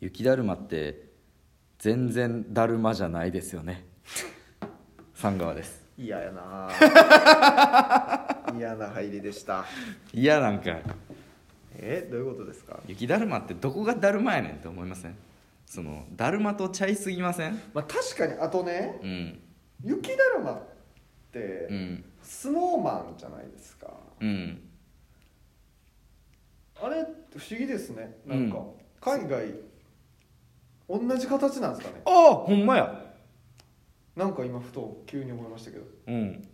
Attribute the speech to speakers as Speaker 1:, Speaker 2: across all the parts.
Speaker 1: 雪だるまって全然だるまじゃないですよね 三川です
Speaker 2: 嫌や な嫌な入りでした
Speaker 1: いやなんか
Speaker 2: えどういうことですか
Speaker 1: 雪だるまってどこがだるまやねんって思いませんそのだるまとちゃいすぎません
Speaker 2: まあ確かにあとね
Speaker 1: うん
Speaker 2: 雪だるまって、
Speaker 1: うん
Speaker 2: スノーマンじゃないですか
Speaker 1: うん
Speaker 2: あれ不思議ですねなんか、
Speaker 1: う
Speaker 2: 海外同じ形なんですかね
Speaker 1: ああほんまや
Speaker 2: なんか今ふと急に思いましたけど
Speaker 1: うん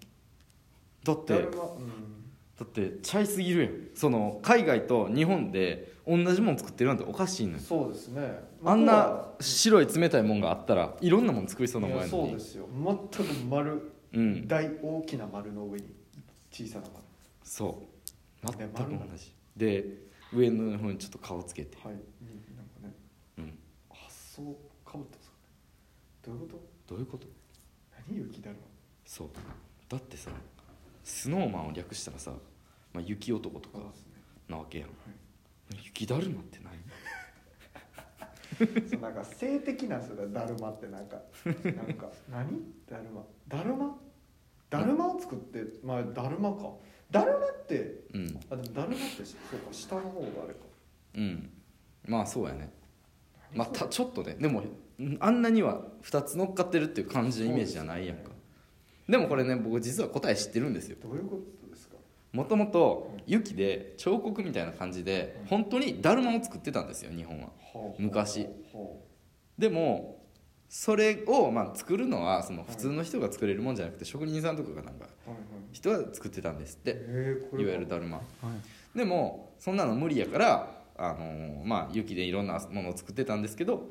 Speaker 1: だって
Speaker 2: だるまうん
Speaker 1: だってちゃいすぎるやんその海外と日本で同じもん作ってるなんておかしいのよ
Speaker 2: そうですね
Speaker 1: あん
Speaker 2: 向
Speaker 1: な
Speaker 2: こ
Speaker 1: 白い冷たいもんがあったらいろんなもん作りそう
Speaker 2: う
Speaker 1: なもん
Speaker 2: はい
Speaker 1: やの
Speaker 2: やそう
Speaker 1: に
Speaker 2: ですよ全く丸、
Speaker 1: うん
Speaker 2: 大大きな丸の上に小さな
Speaker 1: そう
Speaker 2: ね
Speaker 1: 全く
Speaker 2: 丸な
Speaker 1: 同じで上の方にちょっと顔つけて
Speaker 2: 丸はいになんかね
Speaker 1: うん
Speaker 2: 発想かぶったんですかねどういうこと
Speaker 1: どういうこと
Speaker 2: 何雪だる
Speaker 1: そうだってさスノーマンを略したらさ、まあ、雪男とか
Speaker 2: まそうですね
Speaker 1: なわけやん
Speaker 2: はい
Speaker 1: 雪だるまってない
Speaker 2: そうなんか性的なんですよだるまってなんかなんか 何だるまだるまだるまを作ってまあだるまかだるまって
Speaker 1: うん
Speaker 2: あでもだるまってそうか下の方があれか
Speaker 1: うんまあそうやねまあ
Speaker 2: そう
Speaker 1: たちょっとねでもんあんなには2つ乗っかってるっていう感じのイメージじゃないやんか
Speaker 2: そう
Speaker 1: でもこれね僕実は答え知ってるんですよ
Speaker 2: どういうことですか
Speaker 1: もともと
Speaker 2: うん
Speaker 1: 雪で彫刻みたいな感じで
Speaker 2: うん
Speaker 1: 本当にだるまを作ってたんですよ日本は
Speaker 2: はあ
Speaker 1: 昔
Speaker 2: はあは
Speaker 1: でもそれをまあ作るのはその普通の人が作れるもんじゃなくて職人さんとかがなんか
Speaker 2: あはいはい
Speaker 1: 人は作ってたんですって
Speaker 2: えー、こ
Speaker 1: い
Speaker 2: れ
Speaker 1: わゆるだるま
Speaker 2: はい
Speaker 1: でもそんなの無理やから、あのーまあ、雪でいろんなものを作ってたんですけど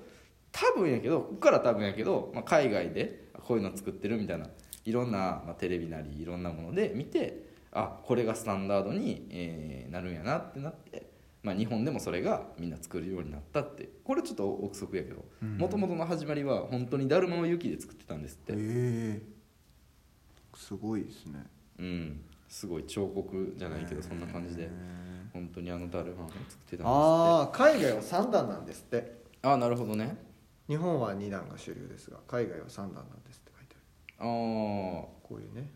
Speaker 1: 多分やけどここから多分やけど、まあ、海外でこういうの作ってるみたいないろんな、まあ、テレビなりいろんなもので見てあこれがスタンダードに、えーなるんやなってなって、まあ、日本でもそれがみんな作るようになったってこれちょっと憶測やけど
Speaker 2: うん
Speaker 1: もともとの始まりは本当にだるまを雪で作ってたんですって。
Speaker 2: えー、すごいですね
Speaker 1: うん、すごい彫刻じゃないけどそんな感じで本当にあのダルマを作ってたんですってあ
Speaker 2: ああ海外は3段なんですって
Speaker 1: あなるほどね
Speaker 2: 日本は2段が主流ですが海外は3段なんですって書いてある
Speaker 1: あー
Speaker 2: こういうね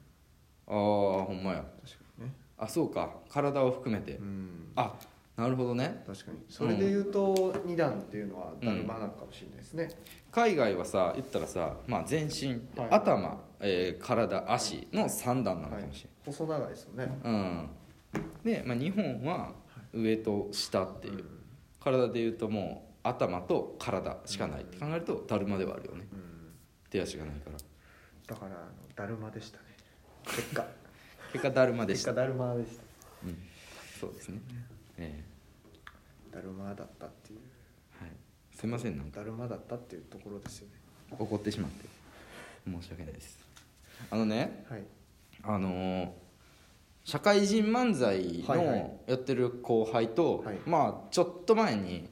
Speaker 1: あーほんまや
Speaker 2: 確かにね
Speaker 1: あそうか体を含めて
Speaker 2: うん
Speaker 1: あなるほどね
Speaker 2: 確かにそれで言うと2段っていうのはだるまなのかもしれないですね、
Speaker 1: 海外はさ言ったらさ、まあ、全身、
Speaker 2: はい
Speaker 1: 頭、えー体足の3段なのかもし
Speaker 2: 細長いですよね
Speaker 1: れない、うんで、まあ、日本は上と下っていう、体で言うともう頭と体しかないって考えるとだるまではあるよね
Speaker 2: うん、うん
Speaker 1: 手足がないから
Speaker 2: だからあのだるまでしたね結果
Speaker 1: 結果だる までし
Speaker 2: 結
Speaker 1: た
Speaker 2: 果だるまでした
Speaker 1: うん、そうですね。え
Speaker 2: だるまだったっていう
Speaker 1: えはい。すいませんなんか
Speaker 2: だるまだったっていうところですよね
Speaker 1: 怒ってしまって申し訳ないです。あのね、
Speaker 2: はい
Speaker 1: あのー社会人漫才
Speaker 2: はいは
Speaker 1: のやってる後輩と、
Speaker 2: はい
Speaker 1: まあちょっと前に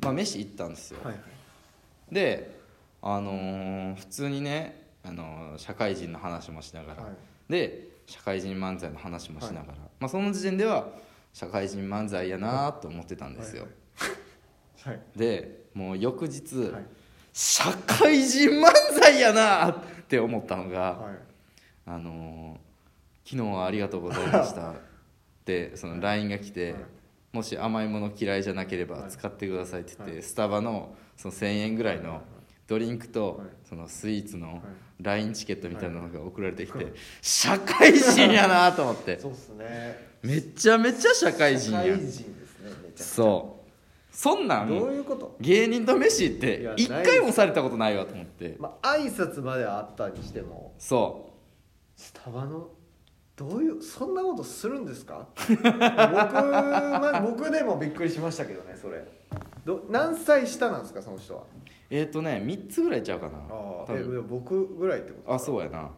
Speaker 1: まあ飯行ったんですよ。
Speaker 2: はいはい
Speaker 1: で、あのー普通にね、あのー社会人の話もしながら、
Speaker 2: はい
Speaker 1: で社会人漫才の話もしながら、まあその時点では社会人漫才やなと思ってたんですよ。
Speaker 2: はいはい
Speaker 1: でもう翌日、
Speaker 2: はい
Speaker 1: 社会人漫才やなって思ったのが、
Speaker 2: はい
Speaker 1: あのー昨日はありがとうございました」でその LINE が来て、
Speaker 2: はい
Speaker 1: もし甘いもの嫌いじゃなければ
Speaker 2: はい
Speaker 1: 使ってください」って言って、
Speaker 2: はい
Speaker 1: スタバのその1,000円ぐらいのドリンクと、
Speaker 2: はい
Speaker 1: そのスイーツ
Speaker 2: はい
Speaker 1: の LINE チケットみたいなのが送られてきて、
Speaker 2: はい
Speaker 1: 社会人やなと思 って
Speaker 2: そうっすね
Speaker 1: めちゃめちゃ社会人や
Speaker 2: 社会人ですねめちゃくち
Speaker 1: そうそんな
Speaker 2: ゃ
Speaker 1: ん
Speaker 2: どういうこと
Speaker 1: 芸人と飯っ
Speaker 2: い
Speaker 1: て
Speaker 2: や
Speaker 1: 一回もされたことないわと思って
Speaker 2: まあ挨拶まではあったにしても
Speaker 1: そ
Speaker 2: スタバのどういうそんなことするんですか 僕,、ま、僕でもびっくりしましたけどねそれど何歳下なんですかその人
Speaker 1: う
Speaker 2: は
Speaker 1: えっ、とね3つぐらいちゃうかな
Speaker 2: あ
Speaker 1: 多
Speaker 2: あえ
Speaker 1: 分
Speaker 2: 僕ぐらいってこと
Speaker 1: あそうやな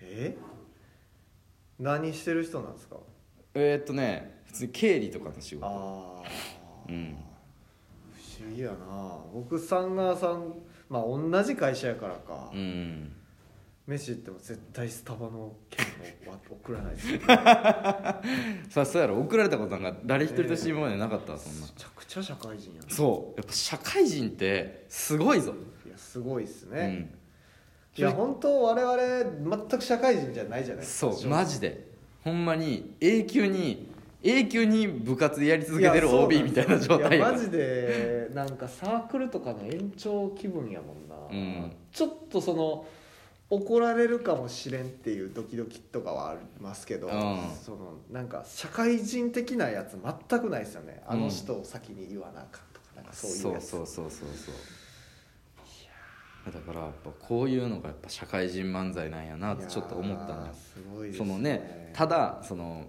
Speaker 2: え何してる人なんですか
Speaker 1: えっ、とね普通に経理とかの仕事
Speaker 2: ああ
Speaker 1: うん
Speaker 2: 不思議やな僕サンガーさんまあ同じ会社やからか、
Speaker 1: うん
Speaker 2: 飯行っても絶対スタバの券をわ送らないですよめ
Speaker 1: さそうやろ送られたことなんか誰一人として今までなかったわそんな
Speaker 2: ちゃくちゃ社会人やな
Speaker 1: そうやっぱ社会人ってすごいぞ
Speaker 2: いやすごいっす
Speaker 1: う
Speaker 2: ね、
Speaker 1: ん
Speaker 2: いや本当我々全く社会人じゃないじゃないです
Speaker 1: そ
Speaker 2: か
Speaker 1: うマジでほんまに永久に永久に部活やり続けてる OB みたいな状態
Speaker 2: や
Speaker 1: や
Speaker 2: マジでなんかサークルとかの延長気分やもんな、
Speaker 1: うん
Speaker 2: ちょっとその怒られるかもしれんっていうドキドキとかはありますけど、
Speaker 1: うん
Speaker 2: そのなんか社会人的なやつ全くないですよねあ
Speaker 1: う
Speaker 2: の
Speaker 1: ん
Speaker 2: 人を先に言わなあかんとかなんかそうい
Speaker 1: そうう
Speaker 2: やつ
Speaker 1: そうそうそうそうだからやっぱこういうのがやっぱ社会人漫才なんやなってちょっと思った
Speaker 2: い
Speaker 1: ん
Speaker 2: や
Speaker 1: だ
Speaker 2: ーすごいです
Speaker 1: そのねただその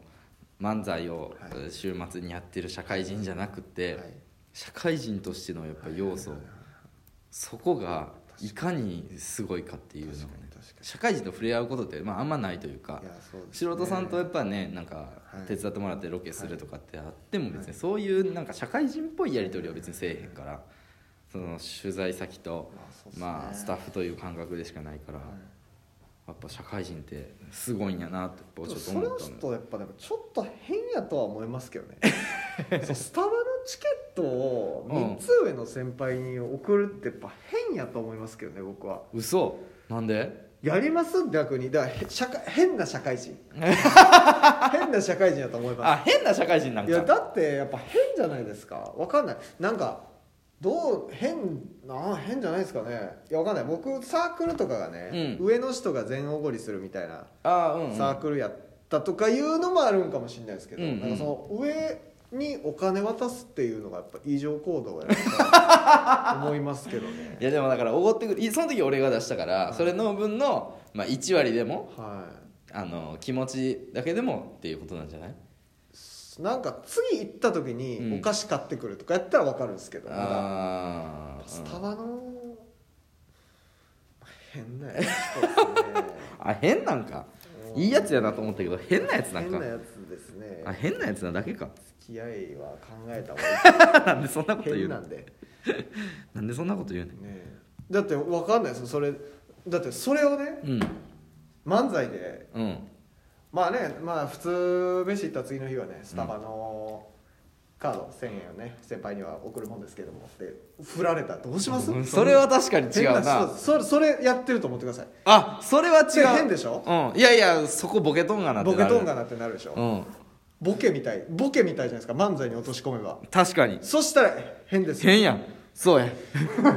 Speaker 1: 漫才を
Speaker 2: は
Speaker 1: 週末にやってる社会人じゃなくて、
Speaker 2: はい
Speaker 1: 社会人としてのやっぱ要素、
Speaker 2: はい
Speaker 1: そこがいかにすごいかっていうのがね
Speaker 2: 確かに確かに
Speaker 1: 社会人と触れ合うことって、まあ、あんまないというか
Speaker 2: いやそうですね
Speaker 1: 素人さんとやっぱねなんか
Speaker 2: はい
Speaker 1: 手伝ってもらってロケするとかってあっても別
Speaker 2: はい
Speaker 1: にそういうなんか社会人っぽいやり取りは別にせえへんからその取材先と
Speaker 2: まあそうっすね
Speaker 1: まあスタッフという感覚でしかないから
Speaker 2: はい
Speaker 1: やっぱ社会人ってすごいんやなって僕ちょっと
Speaker 2: それ
Speaker 1: 思
Speaker 2: は
Speaker 1: っ
Speaker 2: ち
Speaker 1: た
Speaker 2: ょっ
Speaker 1: んだ
Speaker 2: とやっぱでもちょっと変やとは思います けどねそうスタバのチケットを3つ上の先輩に送るってやっぱ変やと思いますけどね僕は
Speaker 1: 嘘なんで
Speaker 2: やります逆にだからへ社会変な社 会人変な社会人やと思いま
Speaker 1: あ変な社会人なん
Speaker 2: すいや
Speaker 1: か
Speaker 2: だってやっぱ変じゃないですかわかんないなんかどう変な変じゃないですかねいやわかんない僕サークルとかがね、
Speaker 1: うん
Speaker 2: 上の人が全おごりするみたいな
Speaker 1: あうんうん
Speaker 2: サークルやったとかいうのもあるんかもしれないですけど、
Speaker 1: うんうん
Speaker 2: なんかその上にお金渡すっていうのがやっぱ異常行動や なと思いますけどね
Speaker 1: いやでもだからおごってくるいその時俺が出したからそれの分のまあ1割でも
Speaker 2: は
Speaker 1: あの気持ちだけでもっていうことなんじゃない
Speaker 2: いなんか次行った時
Speaker 1: う
Speaker 2: に
Speaker 1: ん
Speaker 2: お菓子買ってくるとかやったら分かるんですけど、なんか
Speaker 1: ああ
Speaker 2: ス
Speaker 1: ー
Speaker 2: タバの変なやつですね
Speaker 1: あ変なんか
Speaker 2: うん
Speaker 1: いいやつやなと思ったけど変なやつ なん
Speaker 2: 変な
Speaker 1: か
Speaker 2: やつですね
Speaker 1: あ変なやつなだけか
Speaker 2: 付き合いは考えた方
Speaker 1: なんでそんなこと
Speaker 2: がいい
Speaker 1: 言う
Speaker 2: 変な
Speaker 1: の
Speaker 2: んで
Speaker 1: なんでそんなこと言うね
Speaker 2: ねえだって分かんないですよそれだってそれをね
Speaker 1: ん
Speaker 2: 漫才で
Speaker 1: うん
Speaker 2: まあねまあ普通飯行った次の日はねスタバのカード1000円をね先輩には送るもんですけどもって振られたらどうします
Speaker 1: うんそれは確かに違う
Speaker 2: 変な
Speaker 1: な
Speaker 2: 人それそれやってると思ってください
Speaker 1: あそれは違う
Speaker 2: 変でしょ
Speaker 1: うんいやいやそこボケとんがなって
Speaker 2: ボ
Speaker 1: な
Speaker 2: ケ
Speaker 1: る
Speaker 2: とんがなってなるでしょ、
Speaker 1: うん
Speaker 2: ボケみたいボケみたいじゃないですか漫才に落とし込めば
Speaker 1: 確かに
Speaker 2: そしたら変ですよ
Speaker 1: 変やんそうや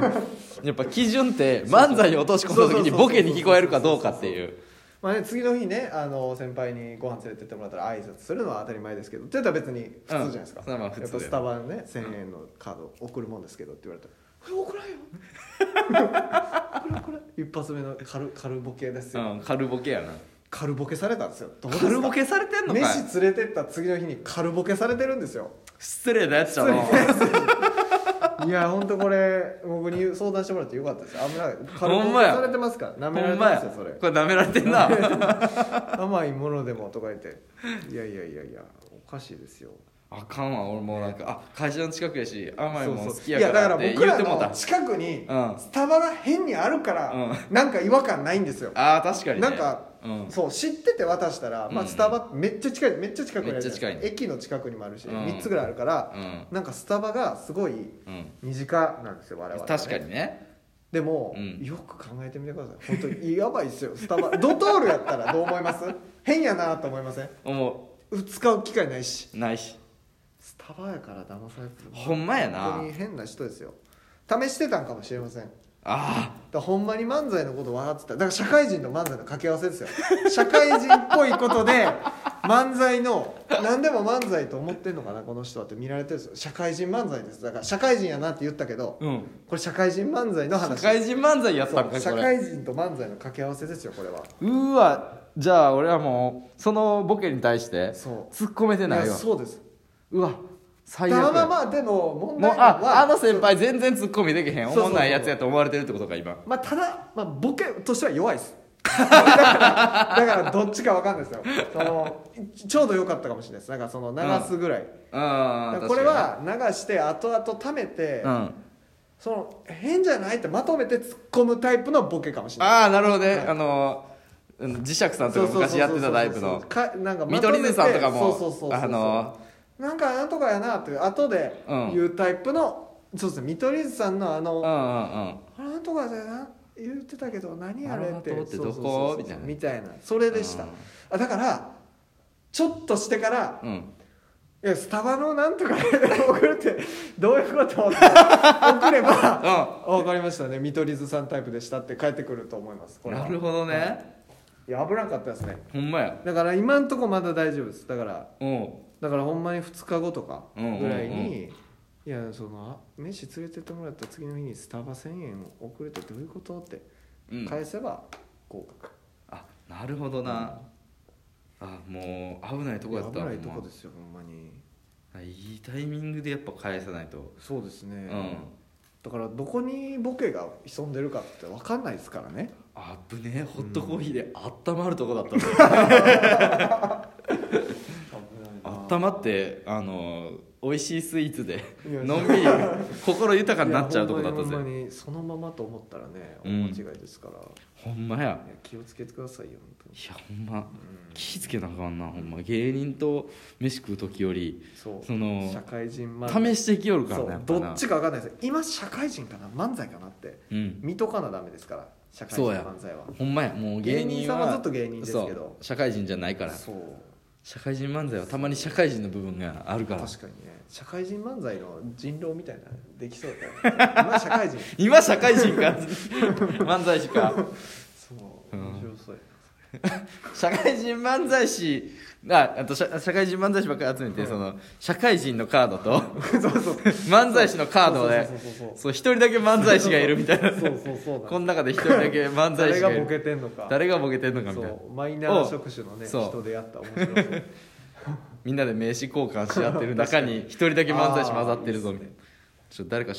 Speaker 1: やっぱ基準って漫才に落とし込んだ時にボケに聞こえるかどうかっていう
Speaker 2: まあね、次の日ねあの先輩にご飯連れてってもらったら挨拶するのは当たり前ですけどって言ったら別に普通じゃないですか、
Speaker 1: うんそれはまあ普通
Speaker 2: やっぱスタバのね1000円のカード送るもんですけどって言われたら「これ送らんよ」これこれ 一発目の軽軽ボケです
Speaker 1: う
Speaker 2: よ、
Speaker 1: ん軽ボケやな
Speaker 2: 軽ボケされたんですよどうですか
Speaker 1: 軽ボケされてんのかい
Speaker 2: 飯連れてった次の日に軽ボケされてるんですよ
Speaker 1: 失礼なやつだない
Speaker 2: や本当これ僕に相談してもらってよかったです危ない軽
Speaker 1: ほ
Speaker 2: ボ
Speaker 1: ん
Speaker 2: ケ
Speaker 1: まや
Speaker 2: されてますから
Speaker 1: ほ
Speaker 2: 舐められ
Speaker 1: ん
Speaker 2: て
Speaker 1: ま
Speaker 2: ま
Speaker 1: や
Speaker 2: すよそれ
Speaker 1: これ舐められてんな
Speaker 2: 甘いものでもとか言っていやいやいやいやおかしいですよ
Speaker 1: あかんわ俺もうなんかあ会社の近くやし甘いもん
Speaker 2: そ
Speaker 1: 好
Speaker 2: うそう
Speaker 1: きやからって
Speaker 2: い
Speaker 1: 言
Speaker 2: や
Speaker 1: って
Speaker 2: だから
Speaker 1: も
Speaker 2: 僕
Speaker 1: う
Speaker 2: ら
Speaker 1: た
Speaker 2: の近くに
Speaker 1: うん
Speaker 2: スタバが変にあるから、
Speaker 1: う
Speaker 2: なんか違和感ないんですよ
Speaker 1: あー確かにね
Speaker 2: なんか、
Speaker 1: うん
Speaker 2: そう知ってて渡したら、ま
Speaker 1: う
Speaker 2: あ、
Speaker 1: ん
Speaker 2: スタバめっちゃ近いめっちゃ近くにあるじゃ
Speaker 1: めっちゃ近
Speaker 2: な
Speaker 1: い
Speaker 2: い
Speaker 1: ね
Speaker 2: ですか駅の近くにもあるし、
Speaker 1: うん
Speaker 2: 3つぐらいあるから、
Speaker 1: うん
Speaker 2: なんかスタバがすごい
Speaker 1: うん
Speaker 2: 身近なんですよ我々、ね、
Speaker 1: 確かにね
Speaker 2: でも、
Speaker 1: うん
Speaker 2: よく考えてみてください本当にやばいっすよスタバドトールやったらどう思います変やなと思いません
Speaker 1: 思
Speaker 2: 使う機会ないし
Speaker 1: うないし
Speaker 2: スタバやから騙されてる
Speaker 1: ほんまやな
Speaker 2: 本当に変な人ですよ試してたんかもしれませんだか
Speaker 1: あ
Speaker 2: らほんまに漫才のこと笑ってただから社会人と漫才の掛け合わ せですよ社会人っぽいことで漫才の何でも漫才と思ってんのかなこの人はって見られてるんですよ社会人漫才ですだから社会人やなって言ったけど
Speaker 1: あうん
Speaker 2: これ社会人漫才の
Speaker 1: 社
Speaker 2: 話
Speaker 1: 会人漫才やったんか
Speaker 2: 社
Speaker 1: これ
Speaker 2: 会人と漫才の掛け合わせですよこれは
Speaker 1: うーわじゃあ俺はもうそのボケに対して
Speaker 2: そう
Speaker 1: 突っ込めてない
Speaker 2: いや
Speaker 1: わ
Speaker 2: そうです
Speaker 1: うわ最悪
Speaker 2: まあ
Speaker 1: や
Speaker 2: まあまあでも問
Speaker 1: もう
Speaker 2: 題なのは
Speaker 1: ああの先輩全然ツッコミできへん
Speaker 2: そ
Speaker 1: お
Speaker 2: うそうそう
Speaker 1: もんないやつやと思われてるってことか今
Speaker 2: まあ、ただ、まあ、ボケとしては弱いですだからだからどっちかわかんないですよそのちょうど良かったかもしれないですなんかその流すぐらい、だ
Speaker 1: あ
Speaker 2: か
Speaker 1: あ
Speaker 2: らこれは流して後々貯めて、
Speaker 1: うん
Speaker 2: その変じゃないってまとめて突っ込むタイプのボケかもしれない
Speaker 1: ああなるほどね、
Speaker 2: はい
Speaker 1: あのうん磁石さんとか
Speaker 2: そうそうそうそう
Speaker 1: 昔やってたタイプの
Speaker 2: かなんかま
Speaker 1: 見
Speaker 2: と
Speaker 1: 取
Speaker 2: め
Speaker 1: り
Speaker 2: て
Speaker 1: 図さんとかも
Speaker 2: そうそうそうそう
Speaker 1: あの
Speaker 2: なんかなんとかやなっていう後で
Speaker 1: うん
Speaker 2: 言うタイプの、そうですね見取り図さんのあ
Speaker 1: うん
Speaker 2: の、
Speaker 1: う
Speaker 2: あ
Speaker 1: んうん
Speaker 2: なんとかだよな言ってたけど何あれって
Speaker 1: なるほどって
Speaker 2: そうそうそ
Speaker 1: ど
Speaker 2: う
Speaker 1: こみたいな
Speaker 2: みたいなそれでした、
Speaker 1: うん
Speaker 2: あだからちょっとしてから
Speaker 1: うん
Speaker 2: 「いやスタバのなんとか送るってどういうこと?」って 送 れば
Speaker 1: う
Speaker 2: 「分かりましたね見取り図さんタイプでした」って返ってくると思いますこ
Speaker 1: ん
Speaker 2: れは
Speaker 1: なるほどね、
Speaker 2: いや危なかったですね
Speaker 1: ほんまや
Speaker 2: だから今んとこまだ大丈夫ですだから
Speaker 1: うん
Speaker 2: だからほんまに2日後とかぐらいに、
Speaker 1: うんうん
Speaker 2: いやそのあ飯連れてってもらった次の日にスタバ1000円遅れてどういうことって
Speaker 1: うん
Speaker 2: 返せば合格、
Speaker 1: あなるほどな、あもう危ないとこやった
Speaker 2: 危ない
Speaker 1: ほ
Speaker 2: と
Speaker 1: んま
Speaker 2: こですよほんまに
Speaker 1: いいタイミングでやっぱ返さないと
Speaker 2: そうですね、
Speaker 1: うん
Speaker 2: だからどこにボケが潜んでるかって分かんないですからね
Speaker 1: あぶねえホットコーヒーで温まるとこだったんだよ、温まってあの美味しいスイーツで
Speaker 2: いや
Speaker 1: のんびり心豊かになっちゃうとこだった
Speaker 2: いやほん
Speaker 1: ぜ
Speaker 2: まにほんまにそのままと思ったらね大
Speaker 1: うん
Speaker 2: 間違いですから、
Speaker 1: ほんまや
Speaker 2: いや気をつけてくださいよ本当
Speaker 1: い
Speaker 2: に
Speaker 1: やほんま
Speaker 2: うん
Speaker 1: 気ぃつけなあかんなほんま芸人と飯食う時より
Speaker 2: そう
Speaker 1: その
Speaker 2: 社会人漫才
Speaker 1: 試してきよるから
Speaker 2: そ
Speaker 1: なや
Speaker 2: う
Speaker 1: ぱ
Speaker 2: ど
Speaker 1: な
Speaker 2: っちか分かんないです今社会人かな漫才かなって
Speaker 1: うん
Speaker 2: 見とかなダメですから社会人
Speaker 1: そうや
Speaker 2: 漫才は
Speaker 1: ほんまやもう芸
Speaker 2: 芸
Speaker 1: 人は
Speaker 2: 人さんはずっと芸人ですけど
Speaker 1: そう社会人じゃないから
Speaker 2: そう
Speaker 1: 社会人漫才はたまに社会人の部分があるから
Speaker 2: 確かにね社会人漫才の人狼みたいなのできそうだよね今社会人
Speaker 1: 今社会人か漫才師か
Speaker 2: そう
Speaker 1: うん
Speaker 2: 面白そうや
Speaker 1: 社会人漫才師ああと社社会人漫才師ばっかり集めて、
Speaker 2: はい
Speaker 1: その社会人のカードと
Speaker 2: そうそう
Speaker 1: 漫才師のカードで
Speaker 2: そうそうそうそう
Speaker 1: そう一人だけ漫才師がいるみたいな
Speaker 2: そうそうそう
Speaker 1: この
Speaker 2: なん
Speaker 1: 中で一人だけ漫才
Speaker 2: 誰
Speaker 1: 師
Speaker 2: が
Speaker 1: がいる
Speaker 2: ボケてんのか
Speaker 1: 誰がボケてんのかみたいな
Speaker 2: そうマイナー職種のね
Speaker 1: そう
Speaker 2: 人でやった面白そう
Speaker 1: みんなで名刺交換し合ってる中に一人だけ漫才師混ざってるぞみたいなちょっと誰か